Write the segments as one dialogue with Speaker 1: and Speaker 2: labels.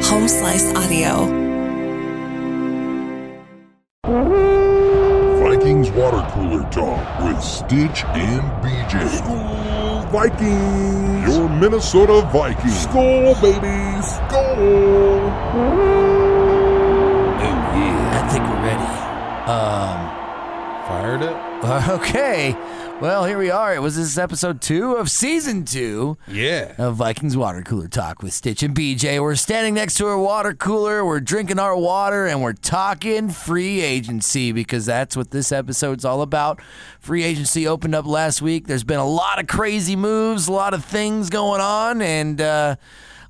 Speaker 1: Slice Audio.
Speaker 2: Vikings Water Cooler Talk with Stitch and BJ. School Vikings! Your Minnesota Vikings! School, baby! School!
Speaker 3: I think we're ready. Um,
Speaker 4: Fired it?
Speaker 3: okay. Well, here we are. It was this is episode two of season two
Speaker 4: Yeah.
Speaker 3: of Vikings Water Cooler Talk with Stitch and BJ. We're standing next to our water cooler. We're drinking our water and we're talking free agency because that's what this episode's all about. Free agency opened up last week. There's been a lot of crazy moves, a lot of things going on, and uh,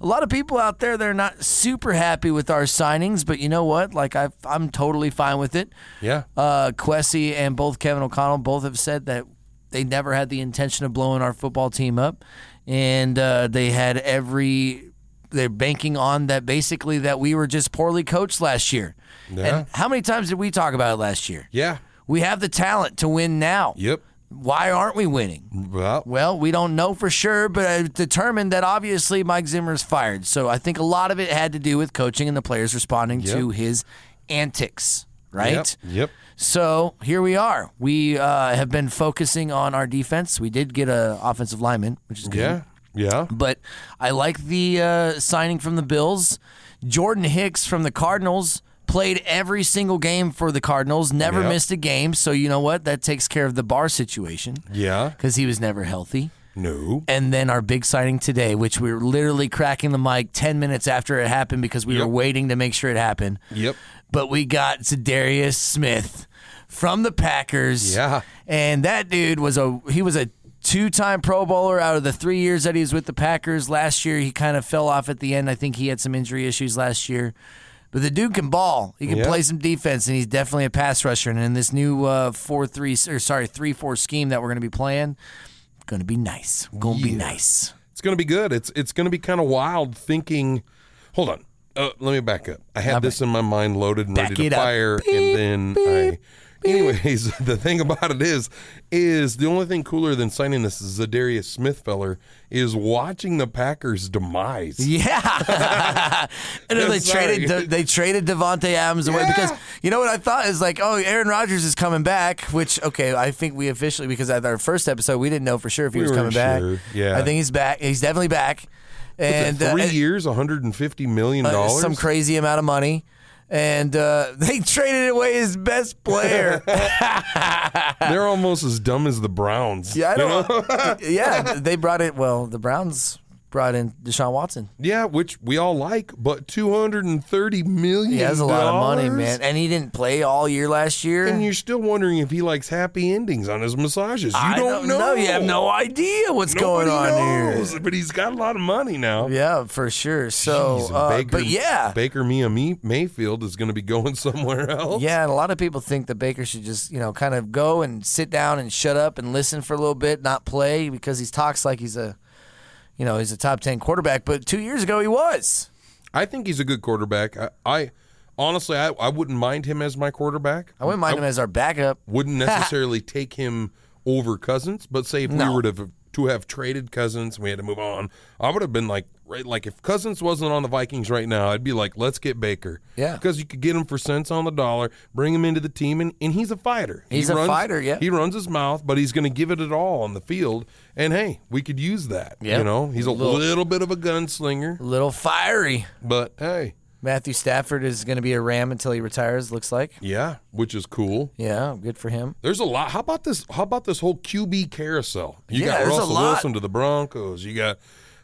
Speaker 3: a lot of people out there that are not super happy with our signings. But you know what? Like i I'm totally fine with it.
Speaker 4: Yeah.
Speaker 3: Uh, Quessy and both Kevin O'Connell both have said that they never had the intention of blowing our football team up, and uh, they had every they're banking on that basically that we were just poorly coached last year.
Speaker 4: Yeah.
Speaker 3: And how many times did we talk about it last year?
Speaker 4: Yeah.
Speaker 3: We have the talent to win now.
Speaker 4: Yep.
Speaker 3: Why aren't we winning?
Speaker 4: Well,
Speaker 3: Well, we don't know for sure, but I've determined that obviously Mike Zimmer's fired. So I think a lot of it had to do with coaching and the players responding to his antics, right?
Speaker 4: yep. Yep.
Speaker 3: So here we are. We uh, have been focusing on our defense. We did get a offensive lineman, which is good.
Speaker 4: Yeah. Yeah.
Speaker 3: But I like the uh, signing from the Bills. Jordan Hicks from the Cardinals played every single game for the Cardinals. Never
Speaker 4: Yep.
Speaker 3: missed a game. So you know what? That takes care of the bar situation
Speaker 4: Yeah.
Speaker 3: because he was never healthy.
Speaker 4: No.
Speaker 3: And then our big signing today, which we were literally cracking the mic ten minutes after it happened because we
Speaker 4: Yep.
Speaker 3: were waiting to make sure it happened
Speaker 4: Yep.
Speaker 3: but we got Zadarius Smith from the Packers.
Speaker 4: Yeah.
Speaker 3: And that dude was a he was a two-time pro bowler out of the 3 years that he was with the Packers. Last year he kind of fell off at the end. I think he had some injury issues last year. But the dude can ball. He can
Speaker 4: Yeah.
Speaker 3: play some defense and he's definitely a pass rusher and in this new uh 4-3 or sorry, 3-4 scheme that we're going to be playing, going to be nice. Going to be nice.
Speaker 4: It's going to be good. It's it's going to be kind of wild thinking. Hold on. Uh, let me back up. I had this in my mind loaded and
Speaker 3: Back
Speaker 4: ready
Speaker 3: it
Speaker 4: to
Speaker 3: up.
Speaker 4: fire, and then I. Anyways, the thing about it is, is the only thing cooler than signing this Zadarius Smith feller is watching the Packers' demise.
Speaker 3: Yeah, and then they
Speaker 4: Sorry.
Speaker 3: traded De- they traded Devonte Adams away
Speaker 4: Yeah.
Speaker 3: because you know what I thought is like, oh, Aaron Rodgers is coming back. Which okay, I think we officially because at our first episode we didn't know for sure if he
Speaker 4: We
Speaker 3: was coming
Speaker 4: weren't sure.
Speaker 3: back.
Speaker 4: Yeah.
Speaker 3: I think he's back. He's definitely back. And uh,
Speaker 4: three
Speaker 3: uh,
Speaker 4: years, one hundred and fifty million
Speaker 3: uh,
Speaker 4: dollars.
Speaker 3: some crazy amount of money. And uh, they traded away his best player.
Speaker 4: They're almost as dumb as the Browns.
Speaker 3: yeah, I
Speaker 4: you
Speaker 3: don't.
Speaker 4: know?
Speaker 3: yeah, they brought it. Well, the Browns brought in Deshaun Watson.
Speaker 4: Yeah, which we all like, but two hundred and thirty million.
Speaker 3: He has a lot of money, man, and he didn't play all year last year.
Speaker 4: And you're still wondering if he likes happy endings on his massages. You
Speaker 3: I
Speaker 4: don't, know.
Speaker 3: You have no idea what's
Speaker 4: Nobody
Speaker 3: going on
Speaker 4: knows, But he's got a lot of money now.
Speaker 3: here. Yeah, for sure. So,
Speaker 4: Jeez, and
Speaker 3: uh,
Speaker 4: Baker,
Speaker 3: but yeah,
Speaker 4: Baker Mia Me- Mayfield is going to be going somewhere else.
Speaker 3: yeah, and a lot of people think that Baker should just you know kind of go and sit down and shut up and listen for a little bit, not play because he talks like he's a, you know, he's a top ten quarterback. But two years ago he was.
Speaker 4: I think he's a good quarterback. I, I honestly, I, I wouldn't mind him as my quarterback.
Speaker 3: I wouldn't mind him as our backup.
Speaker 4: wouldn't necessarily take him over Cousins, but say if
Speaker 3: No.
Speaker 4: we were to to have traded Cousins, we had to move on. I would have been like, right, like if Cousins wasn't on the Vikings right now, I'd be like, let's get Baker,
Speaker 3: Yeah.
Speaker 4: because you could get him for cents on the dollar, bring him into the team, and, and he's a fighter.
Speaker 3: He's a fighter, yeah.
Speaker 4: he runs his mouth, but he's going to give it at all on the field. And hey, we could use that.
Speaker 3: Yeah.
Speaker 4: you know, he's a
Speaker 3: Little-
Speaker 4: little, bit of a gunslinger,
Speaker 3: A little fiery.
Speaker 4: but hey,
Speaker 3: Matthew Stafford is going to be a Ram until he retires. Looks like.
Speaker 4: yeah, which is cool.
Speaker 3: Yeah, good for him.
Speaker 4: There's a lot. How about this? How about this whole QB carousel? You
Speaker 3: Yeah,
Speaker 4: got
Speaker 3: there's a
Speaker 4: Russell
Speaker 3: lot.
Speaker 4: Wilson to the Broncos. You got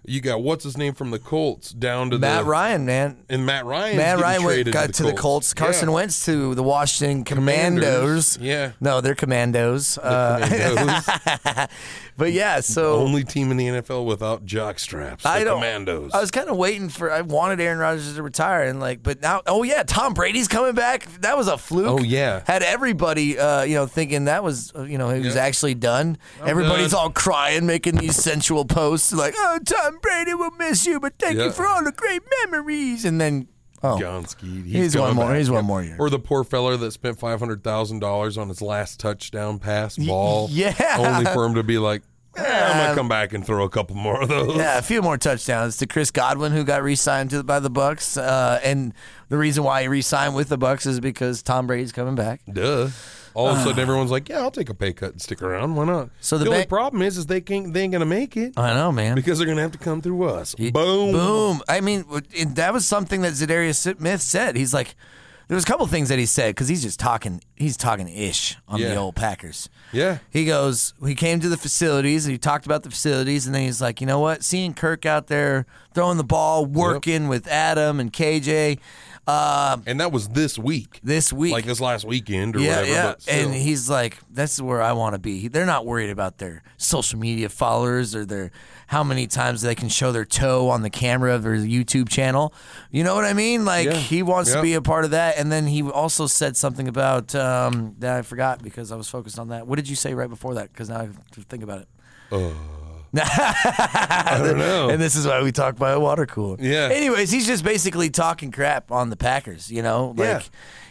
Speaker 4: you got what's his name from the Colts down to
Speaker 3: Matt
Speaker 4: the
Speaker 3: Ryan, man.
Speaker 4: and Matt Ryan.
Speaker 3: Matt Ryan went,
Speaker 4: traded
Speaker 3: got
Speaker 4: to the Colts.
Speaker 3: Colts. Carson
Speaker 4: yeah.
Speaker 3: Wentz to the Washington Commandos.
Speaker 4: Commanders. Yeah.
Speaker 3: No, they're Commandos. uh,
Speaker 4: Commandos.
Speaker 3: but yeah, so
Speaker 4: Only team in the NFL without jock straps. The
Speaker 3: I don't.
Speaker 4: Commandos.
Speaker 3: I was kind of waiting for. I wanted Aaron Rodgers to retire, and like, but now, oh yeah, Tom Brady's coming back. That was a fluke.
Speaker 4: Oh, yeah.
Speaker 3: had everybody, uh, you know, thinking that was, uh, you know, he was
Speaker 4: Yeah.
Speaker 3: actually done. Everybody's
Speaker 4: done.
Speaker 3: all crying, making these sensual posts like, "Oh, Tom Brady, will miss you, but thank
Speaker 4: Yeah.
Speaker 3: you for all the great memories." And then, oh,
Speaker 4: Gonski. He's,
Speaker 3: he's, one
Speaker 4: coming
Speaker 3: more.
Speaker 4: back.
Speaker 3: He's one more year.
Speaker 4: Or the poor feller that spent five hundred thousand dollars on his last touchdown pass ball.
Speaker 3: yeah. Um,
Speaker 4: Only for him to be like, eh, I'm gonna come back and throw a couple more of those.
Speaker 3: Yeah, a few more touchdowns to Chris Godwin, who got re-signed to, by the Bucks. Uh, and the reason why he re-signed with the Bucks is because Tom Brady's coming back.
Speaker 4: Duh. All of a sudden, everyone's like, "Yeah, I'll take a pay cut and stick around. Why not?"
Speaker 3: So the
Speaker 4: only
Speaker 3: bank-
Speaker 4: problem is, is they can't, they ain't gonna make it
Speaker 3: I know, man.
Speaker 4: because they're gonna have to come through us. Boom.
Speaker 3: Boom. I mean, w- it- that was something that Zadarius Smith said. He's like, there was a couple things that he said because he's just talking. He's talking ish on
Speaker 4: Yeah.
Speaker 3: the old Packers.
Speaker 4: Yeah.
Speaker 3: He goes, he came to the facilities and he talked about the facilities. And then he's like, you know what? Seeing Kirk out there throwing the ball, working with Adam and KJ uh,
Speaker 4: And that was this week,
Speaker 3: this week.
Speaker 4: like this last weekend or
Speaker 3: yeah,
Speaker 4: whatever.
Speaker 3: yeah.
Speaker 4: But still.
Speaker 3: And he's like, that's where I want to be. They're not worried about their social media followers or their how many times they can show their toe on the camera of their YouTube channel. You know what I mean? Like,
Speaker 4: Yeah.
Speaker 3: he wants
Speaker 4: Yeah.
Speaker 3: to be a part of that. And then he also said something about um, that I forgot because I was focused on that. What did you say right before that? Because now I have to think about it.
Speaker 4: Uh. I don't know.
Speaker 3: And this is why we talk by a water cooler.
Speaker 4: Yeah.
Speaker 3: Anyways, he's just basically talking crap on the Packers, you know? Like
Speaker 4: Yeah.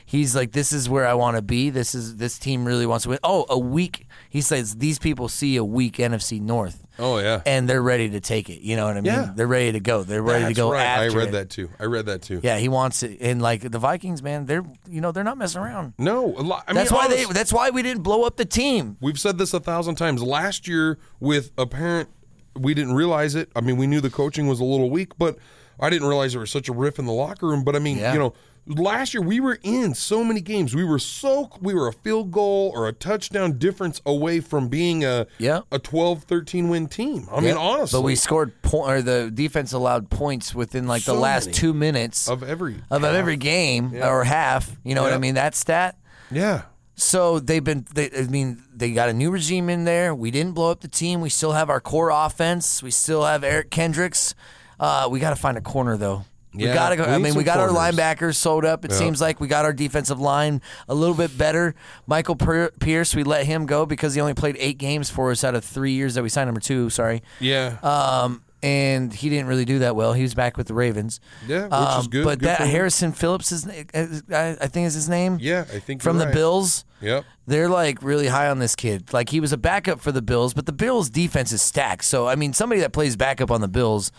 Speaker 3: he's like, This is where I want to be. This is this team really wants to win. Oh, a weak he says these people see a weak NFC North
Speaker 4: oh yeah.
Speaker 3: and they're ready to take it. You know what I mean?
Speaker 4: Yeah.
Speaker 3: They're ready to go. They're ready
Speaker 4: That's
Speaker 3: to go
Speaker 4: right. I
Speaker 3: after
Speaker 4: read
Speaker 3: it.
Speaker 4: that too. I read that too.
Speaker 3: Yeah, he wants it and like the Vikings, man, they're you know, they're not messing around.
Speaker 4: No, a lot. I
Speaker 3: That's
Speaker 4: mean,
Speaker 3: why
Speaker 4: honest-
Speaker 3: they that's why we didn't blow up the team.
Speaker 4: We've said this a thousand times. Last year, with apparent, we didn't realize it. I mean, we knew the coaching was a little weak, but I didn't realize there was such a riff in the locker room. But I mean,
Speaker 3: Yeah.
Speaker 4: you know, last year we were in so many games. We were so we were a field goal or a touchdown difference away from being a
Speaker 3: Yeah.
Speaker 4: a 12, 13 win team. I
Speaker 3: Yeah.
Speaker 4: mean, honestly,
Speaker 3: But we scored point or the defense allowed points within like
Speaker 4: So
Speaker 3: the last
Speaker 4: many.
Speaker 3: two minutes
Speaker 4: of every
Speaker 3: of every game or half. You know what
Speaker 4: Yeah.
Speaker 3: I mean? That stat.
Speaker 4: yeah.
Speaker 3: So they've been. They, I mean, they got a new regime in there. We didn't blow up the team. We still have our core offense. We still have Eric Kendricks. Uh, we got to find a corner though.
Speaker 4: Yeah,
Speaker 3: we got to go.
Speaker 4: we
Speaker 3: I
Speaker 4: need
Speaker 3: mean, we
Speaker 4: some
Speaker 3: got our
Speaker 4: corners.
Speaker 3: linebackers sold up. It seems like we got our defensive line a little bit better. Michael Per- Pierce, we let him go because he only played eight games for us out of three years that we signed him. Or two, sorry.
Speaker 4: Yeah,
Speaker 3: Um, and he didn't really do that well. He was back with the Ravens.
Speaker 4: Yeah, which
Speaker 3: um,
Speaker 4: is good.
Speaker 3: But
Speaker 4: Good
Speaker 3: that
Speaker 4: for him.
Speaker 3: Harrison Phillips is, is- I I think is his name.
Speaker 4: yeah. I think
Speaker 3: from
Speaker 4: you're
Speaker 3: the
Speaker 4: right.
Speaker 3: Bills.
Speaker 4: Yep.
Speaker 3: They're like really high on this kid. Like he was a backup for the Bills, but the Bills' defense is stacked. So I mean, somebody that plays backup on the Bills,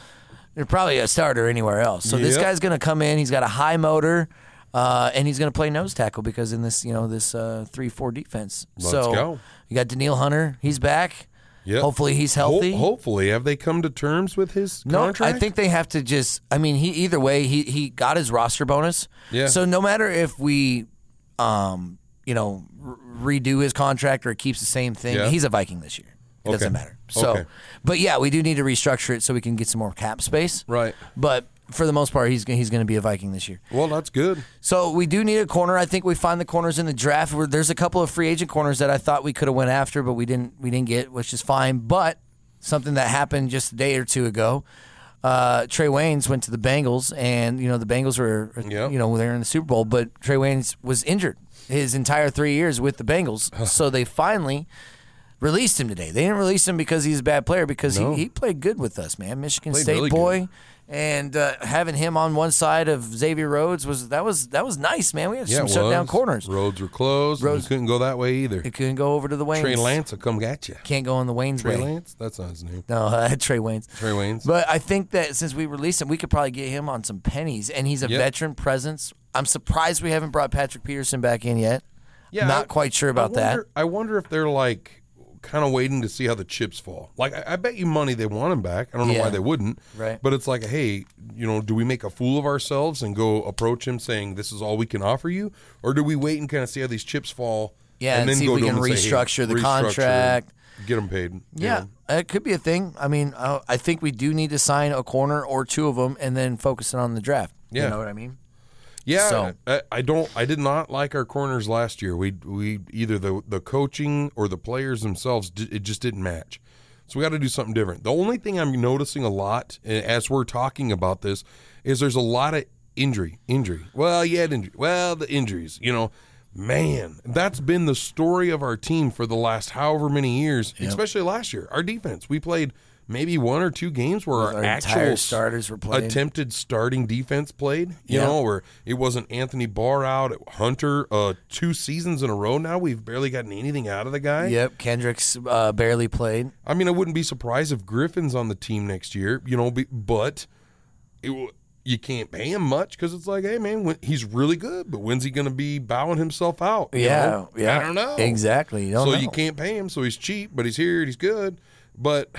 Speaker 3: they're probably a starter anywhere else. So this
Speaker 4: Yep.
Speaker 3: guy's gonna come in. He's got a high motor, uh, and he's gonna play nose tackle because in this you know this uh, three four defense.
Speaker 4: Let's
Speaker 3: so
Speaker 4: go.
Speaker 3: you got Daniil Hunter. He's back.
Speaker 4: Yep.
Speaker 3: Hopefully he's
Speaker 4: Ho-
Speaker 3: healthy.
Speaker 4: hopefully, have they come to terms with his
Speaker 3: No,
Speaker 4: contract?
Speaker 3: I think they have to just. I mean, he either way, he he got his roster bonus.
Speaker 4: Yeah.
Speaker 3: So no matter if we, um, you know, re- redo his contract or it keeps the same thing,
Speaker 4: Yeah.
Speaker 3: he's a Viking this year. It
Speaker 4: Okay.
Speaker 3: doesn't matter. So,
Speaker 4: Okay.
Speaker 3: but yeah, we do need to restructure it so we can get some more cap space.
Speaker 4: Right.
Speaker 3: But for the most part, he's gonna- he's going to be a Viking this year.
Speaker 4: Well, that's good.
Speaker 3: So we do need a corner. I think we find the corners in the draft. Where there's a couple of free agent corners that I thought we could have went after, but we didn't. We didn't get, which is fine. But something that happened just a day or two ago. Uh, Trey Waynes went to the Bengals, and you know the Bengals were, uh,
Speaker 4: Yep.
Speaker 3: you know, they're in the Super Bowl, but Trey Waynes was injured his entire three years with the Bengals. so they finally released him today. They didn't release him because he's a bad player, because
Speaker 4: No.
Speaker 3: he, he played good with us, man. Michigan
Speaker 4: Played
Speaker 3: State
Speaker 4: really
Speaker 3: boy, and uh, having him on one side of Xavier Rhodes was that was that was nice, man. We had some
Speaker 4: it
Speaker 3: shut down
Speaker 4: was.
Speaker 3: corners.
Speaker 4: Roads were closed. Roads
Speaker 3: Roads-
Speaker 4: couldn't go that way either.
Speaker 3: It couldn't go over to the Waynes.
Speaker 4: Trey Lance will come get you.
Speaker 3: Can't go on the Waynes
Speaker 4: Trey
Speaker 3: way.
Speaker 4: Lance? That's not his name.
Speaker 3: No, uh, Trey Waynes.
Speaker 4: Trey Waynes.
Speaker 3: But I think that since we released him, we could probably get him on some pennies, and he's a
Speaker 4: Yep.
Speaker 3: veteran presence. I'm surprised we haven't brought Patrick Peterson back in yet.
Speaker 4: Yeah,
Speaker 3: not
Speaker 4: I-
Speaker 3: quite sure
Speaker 4: I
Speaker 3: about that.
Speaker 4: wonder- I wonder if they're like kind of waiting to see how the chips fall. Like, I, I bet you money they want him back. I don't know why
Speaker 3: Yeah.
Speaker 4: they wouldn't.
Speaker 3: Right.
Speaker 4: But it's like, hey, you know, do we make a fool of ourselves and go approach him saying this is all we can offer you, or do we wait and kind of see how these chips fall?
Speaker 3: Yeah, and see if
Speaker 4: go
Speaker 3: we
Speaker 4: to him
Speaker 3: can
Speaker 4: and say, hey,
Speaker 3: restructure the
Speaker 4: restructure,
Speaker 3: contract.
Speaker 4: get them paid. you
Speaker 3: Yeah,
Speaker 4: know?
Speaker 3: it could be a thing. I mean, I I think we do need to sign a corner or two of them, and then focus it on the draft.
Speaker 4: Yeah.
Speaker 3: You know what I mean?
Speaker 4: Yeah,
Speaker 3: So-
Speaker 4: I, I don't. I did not like our corners last year. We we either the the coaching or the players themselves. di- It just didn't match. So we got to do something different. The only thing I'm noticing a lot eh, as we're talking about this is there's a lot of injury, injury. Well, you had injury. Well, the injuries. You know, man, that's been the story of our team for the last however many years, especially last year. Our defense. We played maybe one or two games where
Speaker 3: With
Speaker 4: our,
Speaker 3: our entire
Speaker 4: actual
Speaker 3: starters were playing.
Speaker 4: attempted starting defense played. You
Speaker 3: Yeah.
Speaker 4: know, where it wasn't Anthony Barr out, Hunter. Uh, two seasons in a row now, we've barely gotten anything out of the guy.
Speaker 3: Yep, Kendrick's uh, barely played.
Speaker 4: I mean, I wouldn't be surprised if Griffin's on the team next year, you know, be, but it, w- you can't pay him much because it's like, hey, man, when, he's really good, but when's he going to be bowing himself out? you
Speaker 3: yeah,
Speaker 4: know?
Speaker 3: yeah.
Speaker 4: I don't know.
Speaker 3: Exactly. You don't
Speaker 4: so
Speaker 3: know.
Speaker 4: you can't pay him, so he's cheap, but he's here, and he's good. But,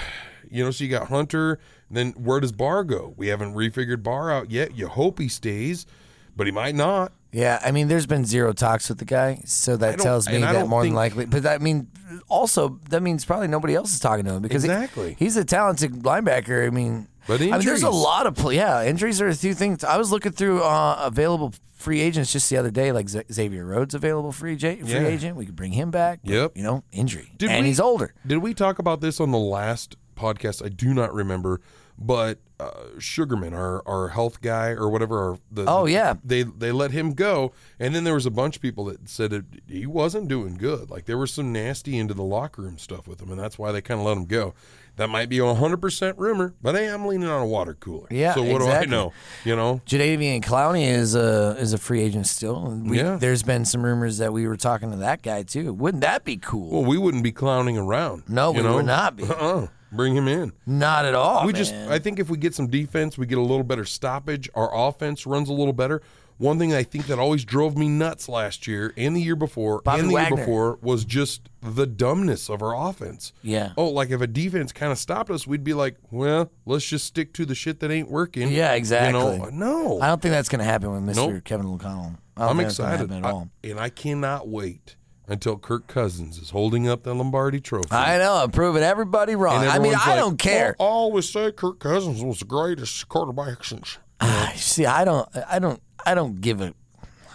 Speaker 4: you know, so you got Hunter, then where does Barr go? We haven't refigured Barr out yet. You hope he stays, but he might not.
Speaker 3: Yeah, I mean, there's been zero talks with the guy, so that
Speaker 4: don't-
Speaker 3: tells me
Speaker 4: and I
Speaker 3: that
Speaker 4: don't
Speaker 3: more
Speaker 4: think-
Speaker 3: than likely. But I mean, also that means probably nobody else is talking to him because he-
Speaker 4: Exactly.
Speaker 3: he's a talented linebacker. I mean,
Speaker 4: But
Speaker 3: I mean, there's a
Speaker 4: injuries.
Speaker 3: lot of pl- yeah injuries are a few things. I was looking through uh, available free agents just the other day, like Z- Xavier Rhodes available free, ja- free
Speaker 4: Yeah.
Speaker 3: agent. We could bring him back. but,
Speaker 4: Yep.
Speaker 3: you know, injury,
Speaker 4: Did
Speaker 3: and
Speaker 4: we-
Speaker 3: he's older.
Speaker 4: Did we talk about this on the last podcast? I do not remember, but uh, Sugarman, our our health guy or whatever, our, the
Speaker 3: Oh, yeah.
Speaker 4: they they let him go, and then there was a bunch of people that said that he wasn't doing good. Like there was some nasty into the locker room stuff with him, and that's why they kind of let him go. That might be a hundred percent rumor, but hey, I'm leaning on a water cooler.
Speaker 3: Yeah,
Speaker 4: So what
Speaker 3: exactly.
Speaker 4: do I know? You know.
Speaker 3: Jadavian Clowney is a is a free agent still. We,
Speaker 4: Yeah.
Speaker 3: There's been some rumors that we were talking to that guy too. Wouldn't that be cool?
Speaker 4: Well, we wouldn't be clowning around.
Speaker 3: No,
Speaker 4: you
Speaker 3: we
Speaker 4: know?
Speaker 3: would not be.
Speaker 4: Uh-uh. Bring him in.
Speaker 3: Not at all.
Speaker 4: we just
Speaker 3: Oh, man.
Speaker 4: I think if we get some defense, we get a little better stoppage, our offense runs a little better. One thing I think that always drove me nuts last year and the year before
Speaker 3: Bobby
Speaker 4: and the
Speaker 3: Wagner.
Speaker 4: year before was just the dumbness of our offense.
Speaker 3: Yeah.
Speaker 4: Oh, like if a defense kind of stopped us, we'd be like, well, let's just stick to the shit that ain't working.
Speaker 3: Yeah,
Speaker 4: You know, Uh,
Speaker 3: exactly.
Speaker 4: no.
Speaker 3: I don't think that's going to happen with Mr.
Speaker 4: Nope.
Speaker 3: Kevin O'Connell. I don't
Speaker 4: I'm
Speaker 3: think that's gonna
Speaker 4: excited.
Speaker 3: happen
Speaker 4: I-
Speaker 3: at all.
Speaker 4: and I cannot wait until Kirk Cousins is holding up the Lombardi trophy.
Speaker 3: I, know. I'm proving everybody wrong.
Speaker 4: And
Speaker 3: I mean,
Speaker 4: everyone's
Speaker 3: I
Speaker 4: like, "Oh,
Speaker 3: don't care.
Speaker 4: "Well, I always say Kirk Cousins was the greatest quarterback since
Speaker 3: See, I don't. I don't. I don't give a.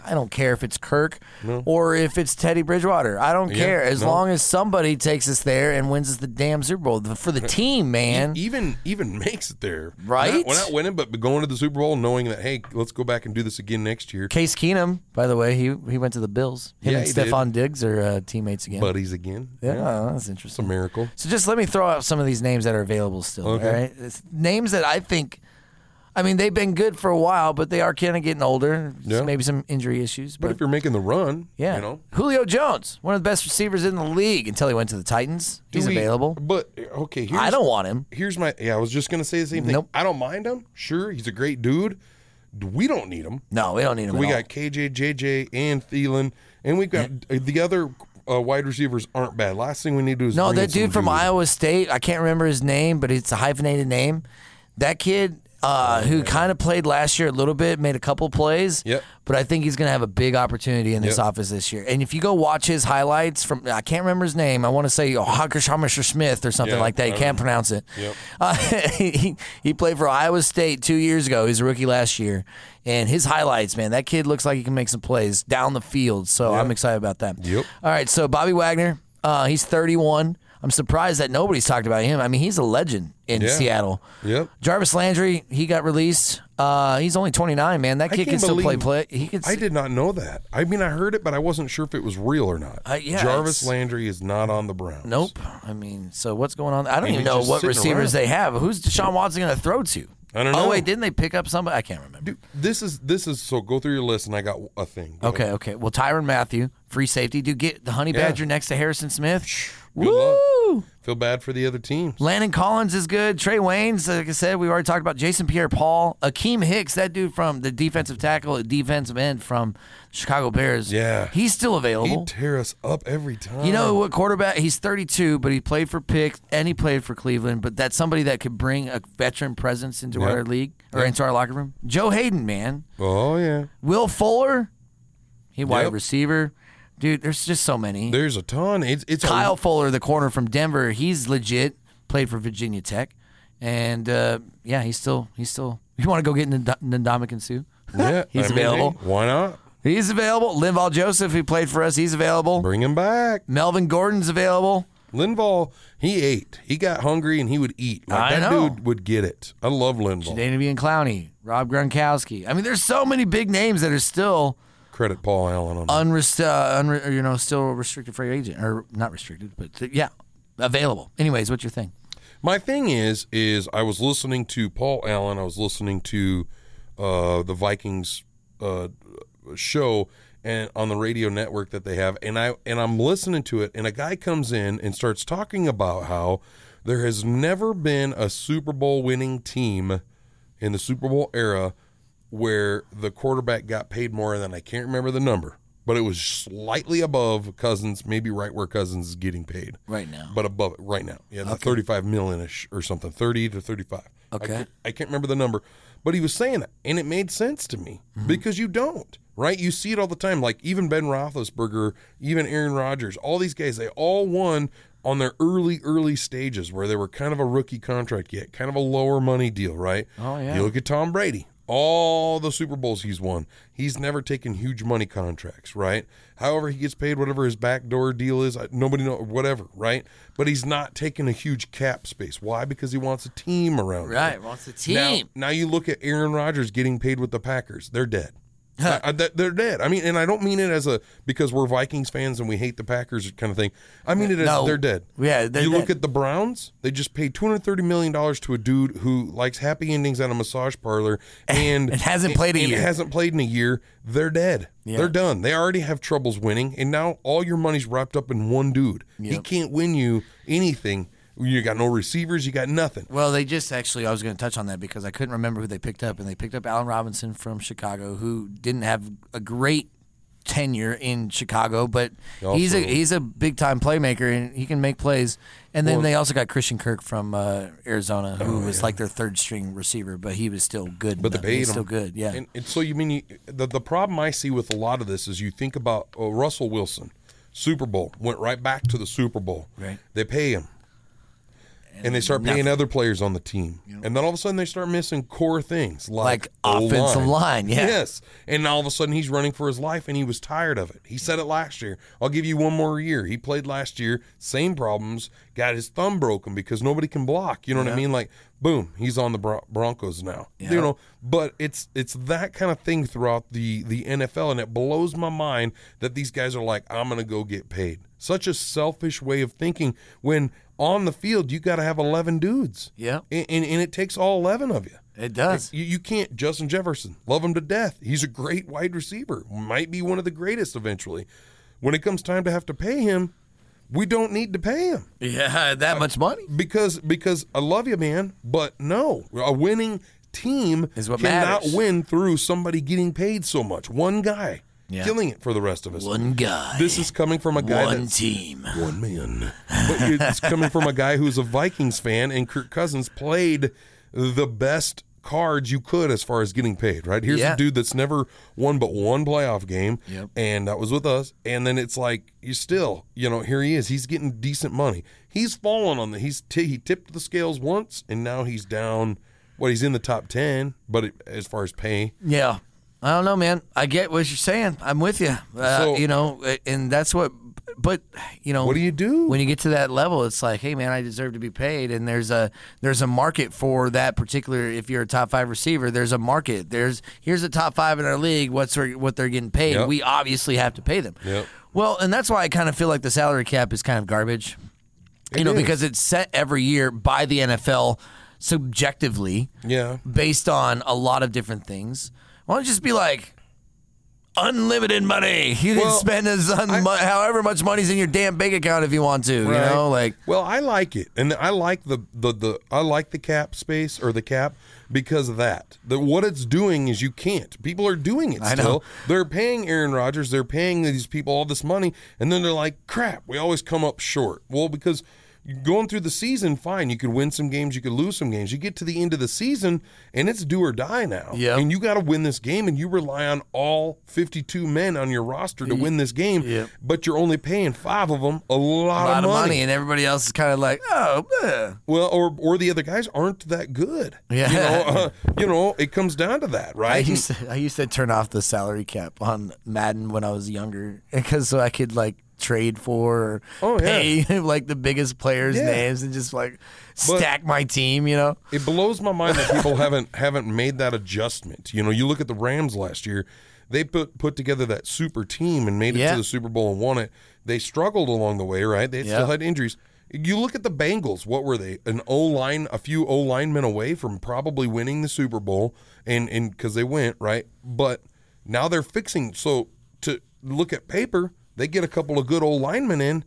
Speaker 3: I don't care if it's Kirk or if it's Teddy Bridgewater. I don't
Speaker 4: Yeah,
Speaker 3: care as
Speaker 4: no.
Speaker 3: long as somebody takes us there and wins us the damn Super Bowl for the team, man.
Speaker 4: E- even even makes it there.
Speaker 3: Right?
Speaker 4: Not- We're not winning, but going to the Super Bowl, knowing that hey, let's go back and do this again next year,
Speaker 3: Case Keenum, by the way, he he went to the Bills. Him
Speaker 4: Yeah,
Speaker 3: and
Speaker 4: he did.
Speaker 3: Stephon Diggs are uh, teammates again.
Speaker 4: buddies again.
Speaker 3: yeah, that's interesting.
Speaker 4: it's a miracle.
Speaker 3: So just let me throw out some of these names that are available still.
Speaker 4: Okay.
Speaker 3: All right, it's names that I think, I mean, they've been good for a while, but they are kind of getting older.
Speaker 4: Yeah.
Speaker 3: Maybe some injury issues,
Speaker 4: But
Speaker 3: but,
Speaker 4: if you're making the run,
Speaker 3: yeah,
Speaker 4: you know,
Speaker 3: Julio Jones, one of the best receivers in the league until he went to the Titans.
Speaker 4: do
Speaker 3: He's
Speaker 4: we-
Speaker 3: available.
Speaker 4: But okay, here's,
Speaker 3: I don't want him.
Speaker 4: Here's my yeah. I was just gonna say the same thing.
Speaker 3: Nope.
Speaker 4: I don't mind him. Sure, he's a great dude. We don't need him.
Speaker 3: No, we don't need him.
Speaker 4: We
Speaker 3: at all.
Speaker 4: got KJ, JJ, and Thielen, and we've got the other uh, wide receivers aren't bad. Last thing we need to do is
Speaker 3: No,
Speaker 4: bring
Speaker 3: that
Speaker 4: in some
Speaker 3: dude from Iowa State, I can't remember his name, but it's a hyphenated name. That kid
Speaker 4: Oh,
Speaker 3: uh, who kind of played last year a little bit, made a couple plays.
Speaker 4: Yep.
Speaker 3: But I think he's going to have a big opportunity in this
Speaker 4: Yep.
Speaker 3: office this year. And if you go watch his highlights from, I can't remember his name. I want to say oh, Hawkish Hamisher Smith or something
Speaker 4: Yeah,
Speaker 3: like that. You
Speaker 4: I
Speaker 3: can't pronounce it.
Speaker 4: Yep.
Speaker 3: Uh, he, he played for Iowa State two years ago. He's a rookie last year. And his highlights, man, that kid looks like he can make some plays down the field. So I'm excited about that.
Speaker 4: Yep.
Speaker 3: All right, so Bobby Wagner, uh, he's 31. I'm surprised that nobody's talked about him. I mean, he's a legend in
Speaker 4: Yeah.
Speaker 3: Seattle.
Speaker 4: Yep.
Speaker 3: Jarvis Landry, he got released. Uh, he's only 29, man. That kid can
Speaker 4: can't
Speaker 3: still play
Speaker 4: believe-
Speaker 3: play. He can.
Speaker 4: I did not know that. I mean, I heard it, but I wasn't sure if it was real or not.
Speaker 3: Uh, yeah,
Speaker 4: Jarvis
Speaker 3: it's-
Speaker 4: Landry is not on the Browns.
Speaker 3: Nope. I mean, so what's going on? I don't
Speaker 4: Maybe
Speaker 3: even know
Speaker 4: just
Speaker 3: what
Speaker 4: sitting
Speaker 3: receivers
Speaker 4: around.
Speaker 3: they have. Who's Deshaun Watson going to throw to?
Speaker 4: I don't
Speaker 3: Oh
Speaker 4: know.
Speaker 3: wait, didn't they pick up somebody? I can't remember.
Speaker 4: Dude, this is this is so go through your list, and I got a thing. Go
Speaker 3: Okay,
Speaker 4: ahead.
Speaker 3: okay. Well, Tyron Matthew, free safety. Do get the Honey
Speaker 4: Yeah.
Speaker 3: Badger next to Harrison Smith.
Speaker 4: Good
Speaker 3: Woo!
Speaker 4: luck. Feel bad for the other teams.
Speaker 3: Landon Collins is good. Trey Waynes, like I said, we've already talked about Jason Pierre Paul. Akeem Hicks, that dude from the defensive tackle, defensive end from Chicago Bears.
Speaker 4: Yeah.
Speaker 3: He's still
Speaker 4: He
Speaker 3: available.
Speaker 4: tear us up every time.
Speaker 3: you know what quarterback? He's 32, but he played for Pick and he played for Cleveland. But that's somebody that could bring a veteran presence into
Speaker 4: Yeah.
Speaker 3: our league or into our locker room. Joe Hayden, man.
Speaker 4: Oh yeah.
Speaker 3: Will Fuller, he wide
Speaker 4: Yep.
Speaker 3: receiver. Dude, there's just so many.
Speaker 4: There's a ton. It's it's a-
Speaker 3: Kyle Fuller, the corner from Denver, he's legit. Played for Virginia Tech, and uh, yeah, he's still he's still. You want to go get Ndamukong and Sue?
Speaker 4: yeah,
Speaker 3: He's
Speaker 4: hey,
Speaker 3: available.
Speaker 4: why not
Speaker 3: He's available. Linval Joseph, who played for us, he's available.
Speaker 4: bring him back?
Speaker 3: Melvin Gordon's available.
Speaker 4: Linval, he ate. He got hungry and he would eat. Like,
Speaker 3: I
Speaker 4: that
Speaker 3: know.
Speaker 4: dude would get it. I love Linval.
Speaker 3: Dana and Clowney, Rob Gronkowski. I mean, there's so many big names that are still
Speaker 4: Credit Paul Allen on that.
Speaker 3: unrest, uh, unre- or, you know, still restricted free agent or not restricted, but th- yeah, available. Anyways, what's your thing?
Speaker 4: My thing is, is I was listening to Paul Allen. I was listening to uh, the Vikings uh, show and on the radio network that they have, and I and I'm listening to it, and a guy comes in and starts talking about how there has never been a Super Bowl winning team in the Super Bowl era where the quarterback got paid more than I can't remember the number, but it was slightly above Cousins, maybe right where Cousins is getting paid
Speaker 3: right now.
Speaker 4: but above it right now. Yeah, the 35 million ish or something, 30 to 35.
Speaker 3: Okay.
Speaker 4: I can't, I can't remember the number, but he was saying that, and it made sense to me
Speaker 3: Mm-hmm.
Speaker 4: because you don't, right? You see it all the time. Like even Ben Roethlisberger, even Aaron Rodgers, all these guys, they all won on their early, early stages where they were kind of a rookie contract yet, kind of a lower money deal, right?
Speaker 3: Oh, yeah.
Speaker 4: You look at Tom Brady. All the Super Bowls he's won, he's never taken huge money contracts, right? However, he gets paid whatever his backdoor deal is. I- Nobody know whatever, right? But he's not taking a huge cap space. Why? Because he wants a team around. him.
Speaker 3: Right, wants the team.
Speaker 4: Now, now you look at Aaron Rodgers getting paid with the Packers. They're dead. I- I- that- they're dead. I mean, and I don't mean it as a because we're Vikings fans and we hate the Packers kind of thing. I mean it as
Speaker 3: No.
Speaker 4: they're dead.
Speaker 3: Yeah, they're
Speaker 4: you look
Speaker 3: dead.
Speaker 4: at the Browns. They just paid two hundred thirty million dollars to a dude who likes happy endings at a massage parlor and
Speaker 3: And hasn't played a
Speaker 4: and
Speaker 3: year.
Speaker 4: Hasn't played in a year. They're dead.
Speaker 3: Yeah.
Speaker 4: They're done. They already have troubles winning, and now all your money's wrapped up in one dude. He
Speaker 3: Yep.
Speaker 4: can't win you anything. You got no receivers. You got nothing.
Speaker 3: Well, they just actually, I was going to touch on that because I couldn't remember who they picked up, and they picked up Allen Robinson from Chicago, who didn't have a great tenure in Chicago, but he's a
Speaker 4: Also-
Speaker 3: he's a big time playmaker and he can make plays. And then they also got Christian Kirk from uh, Arizona, who was like their third string receiver, but he was still good.
Speaker 4: Oh, But they
Speaker 3: enough. He's
Speaker 4: paid him.
Speaker 3: still good, yeah.
Speaker 4: And, and so you mean you, the the problem I see with a lot of this is you think about oh, Russell Wilson, Super Bowl went right back to the Super Bowl.
Speaker 3: Right.
Speaker 4: They pay him, and, they start paying other players on the team, and then all of a sudden they start missing core things like,
Speaker 3: Like offensive
Speaker 4: O-line.
Speaker 3: line, yeah.
Speaker 4: Yes, and all of a sudden he's running for his life, and he was tired of it. He said it last year. I'll give you one more year. He played last year, same problems. Got his thumb broken because nobody can block. You know what I mean? Like, boom, he's on the Bron- Broncos now. You know, but it's it's that kind of thing throughout the the NFL, and it blows my mind that these guys are like, I'm gonna go get paid. Such a selfish way of thinking. When on the field, you got to have 11 dudes.
Speaker 3: Yeah.
Speaker 4: and, and and it takes all 11 of you.
Speaker 3: it does.
Speaker 4: You, you can't. Justin Jefferson, love him to death. He's a great wide receiver, might be one of the greatest eventually. When it comes time to have to pay him, we don't need to pay him
Speaker 3: Yeah, that much money.
Speaker 4: because because I love you, man. But no, a winning team
Speaker 3: Is what
Speaker 4: cannot
Speaker 3: matters.
Speaker 4: win through somebody getting paid so much. One guy
Speaker 3: Yeah.
Speaker 4: killing it for the rest of us.
Speaker 3: One guy,
Speaker 4: This is coming from a guy
Speaker 3: one
Speaker 4: that's
Speaker 3: team.
Speaker 4: one man. But it's coming from a guy who's a Vikings fan, and Kirk Cousins played the best cards you could as far as getting paid, right? Here's
Speaker 3: Yeah.
Speaker 4: a dude that's never won but one playoff game,
Speaker 3: Yep.
Speaker 4: and that was with us. And then it's like, you still, you know, here he is. He's getting decent money. He's fallen on the, he's t- he tipped the scales once, and now he's down. Well, he's in the top 10, but it, as far as pay,
Speaker 3: Yeah. I don't know, man. I get what you're saying. I'm with you. Uh,
Speaker 4: So-
Speaker 3: you know, and that's what, but you know,
Speaker 4: what do you do?
Speaker 3: when you get to that level? It's like, hey, man, I deserve to be paid, and there's a there's a market for that particular. If you're a top five receiver, there's a market. There's here's a top five in our league. What's their- what they're getting paid?
Speaker 4: Yep.
Speaker 3: We obviously have to pay them.
Speaker 4: Yep.
Speaker 3: Well, and that's why I kind of feel like the salary cap is kind of garbage you
Speaker 4: It
Speaker 3: know,
Speaker 4: is.
Speaker 3: because it's set every year by the NFL subjectively
Speaker 4: yeah.
Speaker 3: based on a lot of different things. Why don't you just be like, unlimited money? You can
Speaker 4: Well,
Speaker 3: spend as un- mu- however much money's in your damn bank account if you want to. You
Speaker 4: Right.
Speaker 3: know, like
Speaker 4: well i like it and i like the, the the i like the cap space or the cap because of that the, what it's doing is you can't people are doing it
Speaker 3: I know.
Speaker 4: still they're paying aaron rodgers they're paying these people all this money and then they're like crap we always come up short well because going through the season fine you could win some games you could lose some games you get to the end of the season and it's do or die now
Speaker 3: Yep.
Speaker 4: and you got to win this game and you rely on all 52 men on your roster to win this game
Speaker 3: Yep.
Speaker 4: but you're only paying five of them a
Speaker 3: a
Speaker 4: lot,
Speaker 3: lot of money. and everybody else is kind of like, oh, eh.
Speaker 4: well, or or the other guys aren't that good.
Speaker 3: Yeah.
Speaker 4: you know, uh, you know, it comes down to that,
Speaker 3: I
Speaker 4: right?
Speaker 3: used to, I used to turn off the salary cap on Madden when I was younger because so I could like trade for or
Speaker 4: Oh,
Speaker 3: pay
Speaker 4: yeah.
Speaker 3: like the biggest players'
Speaker 4: Yeah.
Speaker 3: names and just like stack my team. You know,
Speaker 4: it blows my mind that people haven't haven't made that adjustment. You know, you look at the Rams last year; they put put together that super team and made it
Speaker 3: Yeah.
Speaker 4: to the Super Bowl and won it. They struggled along the way, right? They
Speaker 3: Yeah.
Speaker 4: still had injuries. You look at the Bengals. What were they? An O line, a few O linemen away from probably winning the Super Bowl, and and because they went right, but now they're fixing. So to look at paper, they get a couple of good old linemen in.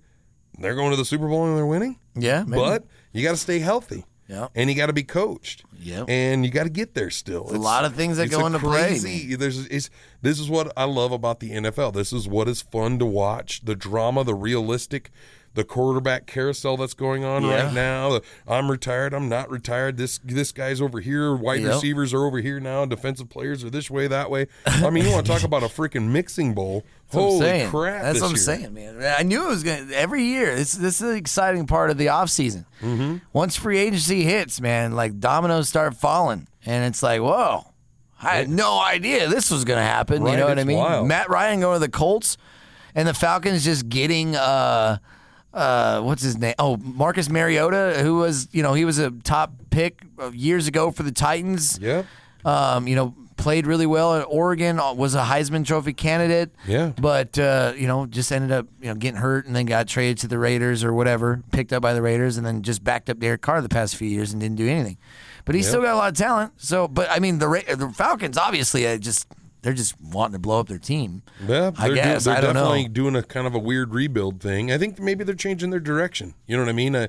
Speaker 4: They're going to the Super Bowl and they're winning.
Speaker 3: Yeah, maybe.
Speaker 4: But you got to stay healthy.
Speaker 3: Yeah.
Speaker 4: And you got to be coached.
Speaker 3: Yeah.
Speaker 4: And you got to get there still. It's,
Speaker 3: lot of things that
Speaker 4: it's
Speaker 3: go
Speaker 4: a
Speaker 3: into play,
Speaker 4: crazy- There's it's this is what I love about the NFL. This is what is fun to watch. The drama, the realistic, the quarterback carousel that's going on
Speaker 3: Yeah.
Speaker 4: right now. The, I'm retired. I'm not retired. This this guy's over here. Wide
Speaker 3: Yep.
Speaker 4: receivers are over here now. Defensive players are this way, that way. I mean, you want to talk about a freaking mixing bowl?
Speaker 3: That's what I'm
Speaker 4: Holy
Speaker 3: saying.
Speaker 4: crap!
Speaker 3: That's
Speaker 4: this
Speaker 3: what I'm
Speaker 4: year.
Speaker 3: saying, man. I knew it was going to, every year. This, this is the exciting part of the offseason. Mm-hmm. Once free agency hits, man, like dominoes start falling. And it's like, whoa, I had no idea this was going to happen. you
Speaker 4: Right,
Speaker 3: know what
Speaker 4: it's
Speaker 3: I mean?
Speaker 4: wild.
Speaker 3: Matt Ryan going to the Colts and the Falcons just getting, uh, uh, what's his name? Oh, Marcus Mariota, who was, you know, he was a top pick uh, years ago for the Titans
Speaker 4: Yeah.
Speaker 3: um, you know, played really well at Oregon, uh, was a Heisman Trophy candidate.
Speaker 4: Yeah.
Speaker 3: But, uh, you know, just ended up, you know, getting hurt and then got traded to the Raiders or whatever, picked up by the Raiders and then just backed up Derek Carr the past few years and didn't do anything. But he's still got a lot of talent. So, but I mean, the, Ra- the Falcons, obviously, uh, just. They're just wanting to blow up their team.
Speaker 4: Yeah,
Speaker 3: I
Speaker 4: they're, do-
Speaker 3: guess.
Speaker 4: they're
Speaker 3: I don't know.
Speaker 4: definitely doing a kind of a weird rebuild thing. I think maybe they're changing their direction. You know what I mean? Uh,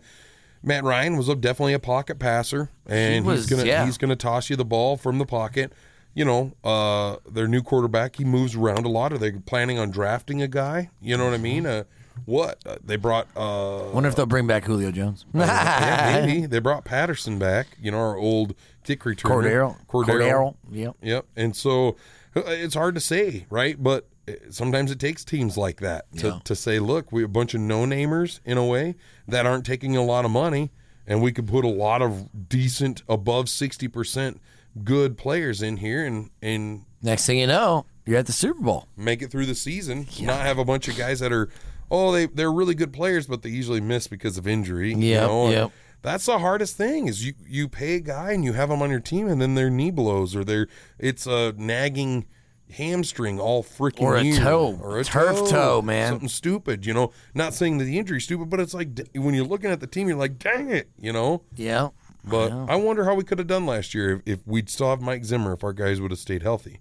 Speaker 4: Matt Ryan was a, definitely a pocket passer, and
Speaker 3: was,
Speaker 4: he's gonna
Speaker 3: yeah.
Speaker 4: he's gonna toss you the ball from the pocket. You know, uh, their new quarterback he moves around a lot. Are they planning on drafting a guy? You know what
Speaker 3: Mm-hmm.
Speaker 4: I mean? Uh, what uh, they brought? Uh,
Speaker 3: Wonder if they'll bring back Julio Jones.
Speaker 4: yeah, maybe they brought Patterson back. You know, our old kick returner
Speaker 3: Cordero.
Speaker 4: Cordero.
Speaker 3: Yep.
Speaker 4: Yep. And so uh, it's hard to say, right? But uh, sometimes it takes teams like that to,
Speaker 3: Yeah.
Speaker 4: to say, look, we're a bunch of no namers in a way that aren't taking a lot of money, and we could put a lot of decent, above 60% good players in here and, and
Speaker 3: Next thing you know, you're at the Super Bowl.
Speaker 4: make it through the season, not have a bunch of guys that are, oh, they, they're really good players, but they usually miss because of injury. you
Speaker 3: Yep,
Speaker 4: know, and
Speaker 3: yep.
Speaker 4: That's the hardest thing is you, you pay a guy and you have him on your team and then their knee blows or their it's a nagging hamstring all freaking
Speaker 3: Or a
Speaker 4: year.
Speaker 3: toe. Turf toe, man.
Speaker 4: something stupid you know not saying that the injury's stupid but it's like d- when you're looking at the team you're like dang it you know
Speaker 3: Yeah.
Speaker 4: but I, wonder how we could have done last year if, if we'd still have Mike Zimmer if our guys would have stayed healthy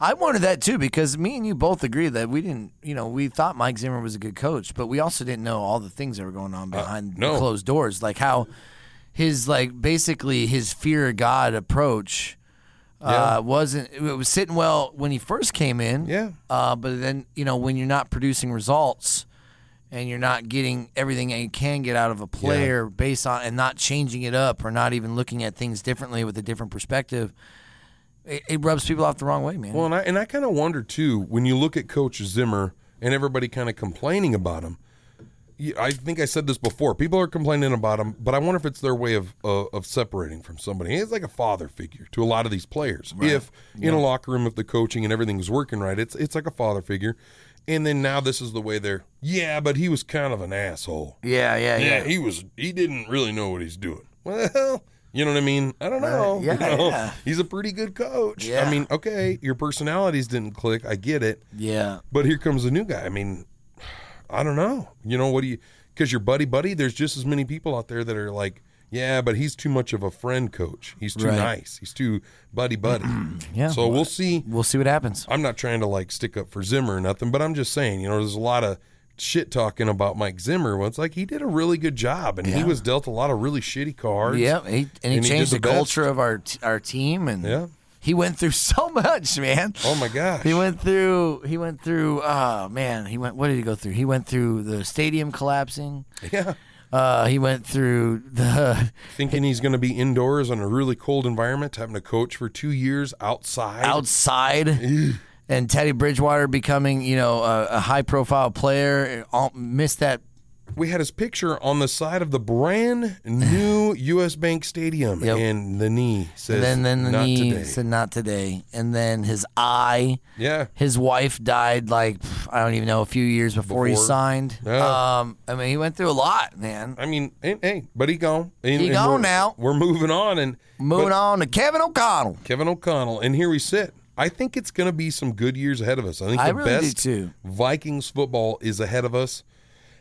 Speaker 3: I wanted that too because me and you both agree that we didn't, you know, we thought Mike Zimmer was a good coach, but we also didn't know all the things that were going on behind
Speaker 4: Uh, no.
Speaker 3: closed doors, like how his like basically his fear of God approach uh, wasn't it was sitting well when he first came in,
Speaker 4: Yeah.
Speaker 3: Uh, but then you know when you're not producing results and you're not getting everything that you can get out of a player based on and not changing it up or not even looking at things differently with a different perspective. It, it rubs people off the wrong way, man.
Speaker 4: Well, and I, and I kind of wonder too when you look at Coach Zimmer and everybody kind of complaining about him. you- I think I said this before. People are complaining about him, but I wonder if it's their way of of, of separating from somebody. He's like a father figure to a lot of these players. If in a locker room, if the coaching and everything's working right, it's it's like a father figure. And then now this is the way they're. Yeah, but he was kind of an asshole.
Speaker 3: Yeah, yeah, yeah.
Speaker 4: Yeah, he was. He didn't really know what he's doing. Well, you know what I mean. I don't know.
Speaker 3: yeah,
Speaker 4: you know?
Speaker 3: yeah.
Speaker 4: He's a pretty good coach.
Speaker 3: Yeah.
Speaker 4: I mean, okay, your personalities didn't click. I get it.
Speaker 3: Yeah.
Speaker 4: But here comes the new guy. I mean, I don't know. You know what do you? Because your buddy, buddy, there's just as many people out there that are like, yeah, but he's too much of a friend coach. He's too
Speaker 3: Right.
Speaker 4: nice. He's too buddy, buddy.
Speaker 3: Yeah.
Speaker 4: So we'll see.
Speaker 3: We'll see what happens.
Speaker 4: I'm not trying to like stick up for Zimmer or nothing, but I'm just saying, you know, there's a lot of shit talking about Mike Zimmer. Well, it's like he did a really good job, and he was dealt a lot of really shitty cards.
Speaker 3: Yeah, he, and he
Speaker 4: And he
Speaker 3: changed the,
Speaker 4: did the best.
Speaker 3: culture of our t- our team, and
Speaker 4: Yeah.
Speaker 3: he went through so much, man.
Speaker 4: Oh my gosh.
Speaker 3: He went through. He went through. Oh man, he went. What did he go through? He went through the stadium collapsing.
Speaker 4: yeah.
Speaker 3: Uh, he went through the
Speaker 4: Thinking he's going to be indoors in a really cold environment, having to coach for two years outside.
Speaker 3: outside. And Teddy Bridgewater becoming, you know, a, a high-profile player, all, missed that.
Speaker 4: we had his picture on the side of the brand new U.S. Bank Stadium,
Speaker 3: Yep.
Speaker 4: and the knee
Speaker 3: And
Speaker 4: says,
Speaker 3: then, then the
Speaker 4: "Not
Speaker 3: knee
Speaker 4: today."
Speaker 3: said not today, and then his eye.
Speaker 4: yeah,
Speaker 3: His wife died like pff, I don't even know a few years before, he
Speaker 4: Before.
Speaker 3: signed.
Speaker 4: Yeah.
Speaker 3: Um, I mean, he went through a lot, man.
Speaker 4: I mean, hey, hey, but he gone. And-
Speaker 3: He
Speaker 4: and
Speaker 3: gone
Speaker 4: we're-
Speaker 3: now.
Speaker 4: We're moving on, and
Speaker 3: Moving on to Kevin O'Connell.
Speaker 4: Kevin O'Connell, and here we sit. I think it's going to be some good years ahead of us. I think
Speaker 3: I
Speaker 4: the
Speaker 3: really do
Speaker 4: best
Speaker 3: too.
Speaker 4: Vikings football is ahead of us,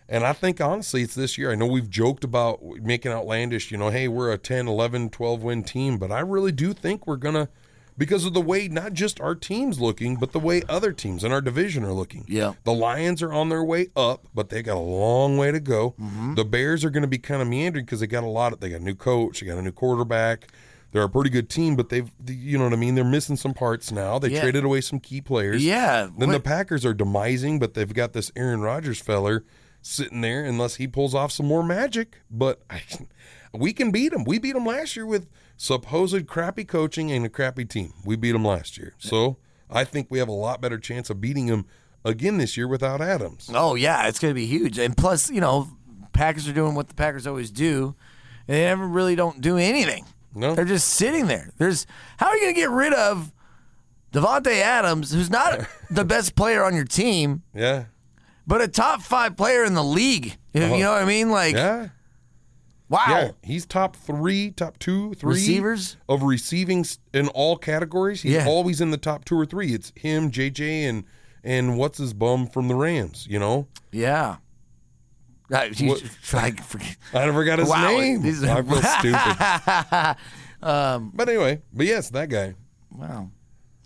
Speaker 4: And I think honestly, it's this year. I know we've joked about making outlandish, you know, hey, we're a 10, 11, 12 win team, but I really do think we're going to, because of the way not just our team's looking, but the way other teams in our division are looking.
Speaker 3: Yeah.
Speaker 4: The Lions are on their way up, but they got a long way to go.
Speaker 3: Mm-hmm.
Speaker 4: The Bears are going to be kind of meandering because they got a lot of, they got a new coach, they got a new quarterback. They're a pretty good team, but they've, you know what I mean? They're missing some parts now. They
Speaker 3: Yeah.
Speaker 4: traded away some key players.
Speaker 3: Yeah,
Speaker 4: Then the
Speaker 3: what-
Speaker 4: Packers are demising, but they've got this Aaron Rodgers feller sitting there unless he pulls off some more magic. But I, we can beat them. We beat them last year with supposed crappy coaching and a crappy team. We beat them last year. So I think we have a lot better chance of beating them again this year without Adams.
Speaker 3: Oh yeah, it's gonna be huge. And plus, you know, Packers are doing what the Packers always do. And they never really don't do anything.
Speaker 4: No.
Speaker 3: They're just sitting there. There's how are you gonna get rid of Devontae Adams, who's not the best player on your team,
Speaker 4: Yeah.
Speaker 3: but a top five player in the league. You you know what I mean? Like
Speaker 4: Uh-huh. Yeah.
Speaker 3: wow.
Speaker 4: Yeah. He's top three, top two, three
Speaker 3: Receivers?
Speaker 4: of receiving s- in all categories. He's
Speaker 3: Yeah.
Speaker 4: always in the top two or three. It's him, JJ, and and what's his bum from the Rams. You know,
Speaker 3: Yeah. I, you-
Speaker 4: What-
Speaker 3: I forget-
Speaker 4: I forgot his
Speaker 3: Wow,
Speaker 4: name.
Speaker 3: these are- Um,
Speaker 4: I feel stupid. but anyway, but yes, that guy.
Speaker 3: wow.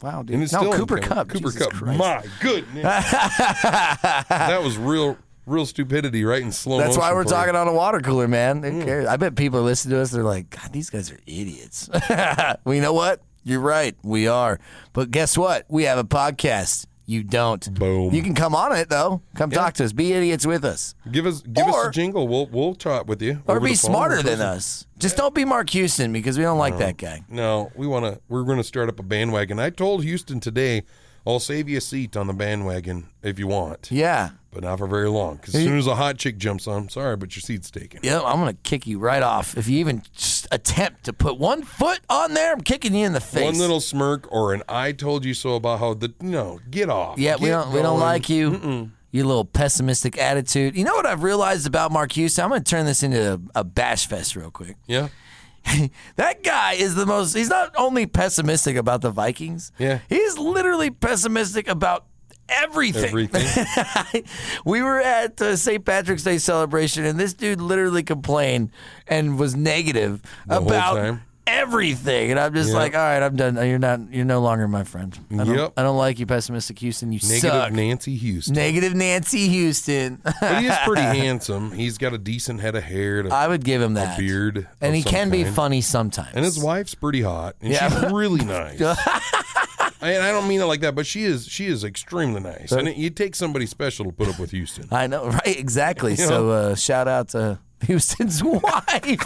Speaker 3: Wow, dude.
Speaker 4: And it's
Speaker 3: no,
Speaker 4: still
Speaker 3: Cooper
Speaker 4: incredible.
Speaker 3: Cup.
Speaker 4: Cooper
Speaker 3: Jesus
Speaker 4: Cup.
Speaker 3: Christ.
Speaker 4: My goodness, that was real, real stupidity, right in slow
Speaker 3: That's why
Speaker 4: motion
Speaker 3: we're
Speaker 4: for
Speaker 3: talking
Speaker 4: you.
Speaker 3: on a water cooler, man.
Speaker 4: Mm.
Speaker 3: Who cares? I bet people are listening to us. They're like, God, these guys are idiots. well, you know what? You're right. We are. But guess what? We have a podcast. You don't.
Speaker 4: Boom.
Speaker 3: You can come on it though. Come talk to us. Be idiots with us,
Speaker 4: Give us, give us
Speaker 3: Or-
Speaker 4: a jingle. We'll, we'll chat with you.
Speaker 3: or
Speaker 4: over
Speaker 3: be
Speaker 4: the phone
Speaker 3: smarter
Speaker 4: in
Speaker 3: than
Speaker 4: person.
Speaker 3: us. Just don't be Mark Houston because we don't like that guy.
Speaker 4: No, we want to. We're going to start up a bandwagon. I told Houston today, I'll save you a seat on the bandwagon if you want,
Speaker 3: Yeah.
Speaker 4: but not for very long. 'Cause as soon as a hot chick jumps on, sorry, but your seat's taken.
Speaker 3: Yeah, I'm gonna kick you right off if you even just attempt to put one foot on there. I'm kicking you in the face.
Speaker 4: One little smirk or an "I told you so" about how the no get off.
Speaker 3: Yeah, we
Speaker 4: Get
Speaker 3: don't we don't
Speaker 4: going.
Speaker 3: like you. Your little pessimistic attitude. You know what I've realized about Mark Houston? I'm going to turn this into a, a bash fest real quick.
Speaker 4: Yeah,
Speaker 3: That guy is the most. He's not only pessimistic about the Vikings.
Speaker 4: Yeah.
Speaker 3: he's literally pessimistic about everything.
Speaker 4: everything.
Speaker 3: we were at uh, St. Patrick's Day celebration, and this dude literally complained and was negative
Speaker 4: whole
Speaker 3: about
Speaker 4: time.
Speaker 3: everything. And I'm just like, all right, I'm done. You're not. You're no longer my friend. I don't,
Speaker 4: Yep.
Speaker 3: I don't like you, pessimistic Houston. You
Speaker 4: Negative
Speaker 3: suck.
Speaker 4: Nancy Houston.
Speaker 3: Negative Nancy Houston.
Speaker 4: but he is pretty handsome. He's got a decent head of hair, and a
Speaker 3: I would give him that.
Speaker 4: beard, of
Speaker 3: And he
Speaker 4: some
Speaker 3: can be
Speaker 4: kind.
Speaker 3: funny sometimes.
Speaker 4: And his wife's pretty hot, and
Speaker 3: Yeah.
Speaker 4: she's really nice. I, I don't mean it like that, but she is she is extremely nice. And it, you take somebody special to put up with Houston.
Speaker 3: I know, right? Exactly. so uh, shout out to Houston's wife.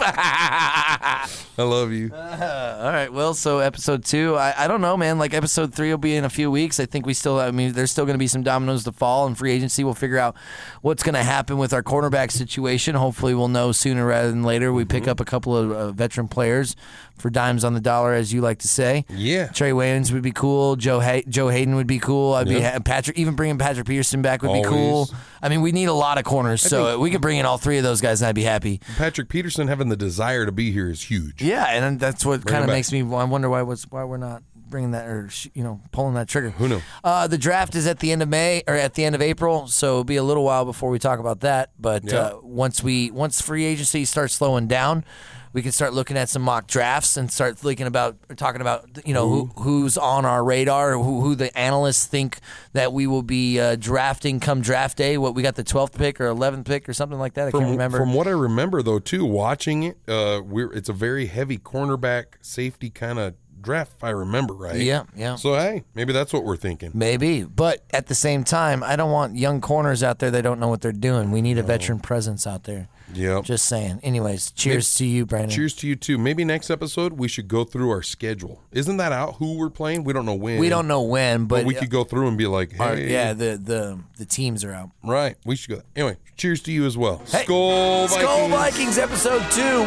Speaker 4: I love you.
Speaker 3: All right. Well, so episode two, I, I don't know, man. Like episode three will be in a few weeks. I think we still, I mean, there's still going to be some dominoes to fall, and free agency will figure out what's going to happen with our cornerback situation. Hopefully, we'll know sooner rather than later. We pick
Speaker 4: Mm-hmm.
Speaker 3: up a couple of uh, veteran players for dimes on the dollar, as you like to say.
Speaker 4: Yeah.
Speaker 3: Trey Wayans would be cool. Joe Hay- Joe Hayden would be cool. I'd be
Speaker 4: Yeah.
Speaker 3: ha- Patrick. Even bringing Patrick Peterson back would
Speaker 4: Always.
Speaker 3: be cool. I mean, we need a lot of corners, so we could bring in all three of those guys, and I'd be happy.
Speaker 4: Patrick Peterson having the desire to be here is huge.
Speaker 3: Yeah, and that's what kind
Speaker 4: it
Speaker 3: of
Speaker 4: back.
Speaker 3: makes me. I wonder why was why we're not bringing that or sh- you know pulling that trigger. Who
Speaker 4: knows?
Speaker 3: Uh, the draft is at the end of May or at the end of April, so it'll be a little while before we talk about that. But
Speaker 4: Yeah.
Speaker 3: uh, once we once free agency starts slowing down, we can start looking at some mock drafts and start thinking about or talking about you know who, who's on our radar, who, who the analysts think that we will be uh, drafting come draft day. What we got the twelfth pick or eleventh pick or something like that. I can't remember.
Speaker 4: From what I remember, though, too, watching it, uh, we're it's a very heavy cornerback safety kind of draft, if I remember right.
Speaker 3: yeah, yeah.
Speaker 4: So hey, maybe that's what we're thinking.
Speaker 3: Maybe, but at the same time, I don't want young corners out there that don't know what they're doing. We need a veteran presence out there.
Speaker 4: Yeah.
Speaker 3: Just saying. Anyways, cheers to you, Brandon.
Speaker 4: Cheers to you too. Maybe next episode we should go through our schedule. Isn't that out? Who we're playing? We don't know when.
Speaker 3: We don't know when, but,
Speaker 4: But we could go through and be like,
Speaker 3: uh,
Speaker 4: hey,
Speaker 3: yeah, the, the the teams are out.
Speaker 4: Right. We should go. Anyway, cheers to you as well.
Speaker 3: Hey.
Speaker 4: Skull Vikings.
Speaker 3: Skull Vikings episode two.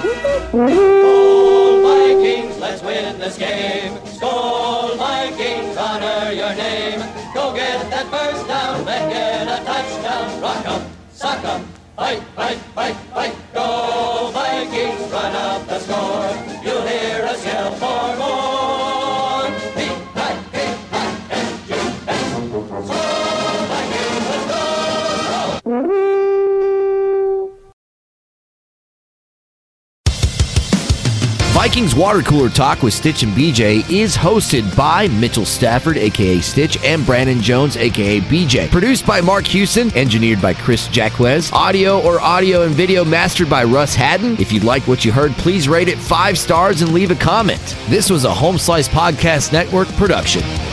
Speaker 3: Woo!
Speaker 1: Skull Vikings, let's win this game. Skull Vikings, honor your name. Go get that first down, then get a touchdown. Rock 'em, sock 'em, fight, fight, fight, fight. Go Vikings, run up the score. You'll hear us yell for more. V-I-K-I-N-G-S. Skull Vikings, let's go!
Speaker 3: Vikings Water Cooler Talk with Stitch and BJ is hosted by Mitchell Stafford, aka Stitch, and Brandon Jones, aka BJ. Produced by Mark Hewson, engineered by Chris Jacquez. Audio or audio and video mastered by Russ Haddon. If you'd like what you heard, please rate it five stars and leave a comment. This was a Home Slice Podcast Network production.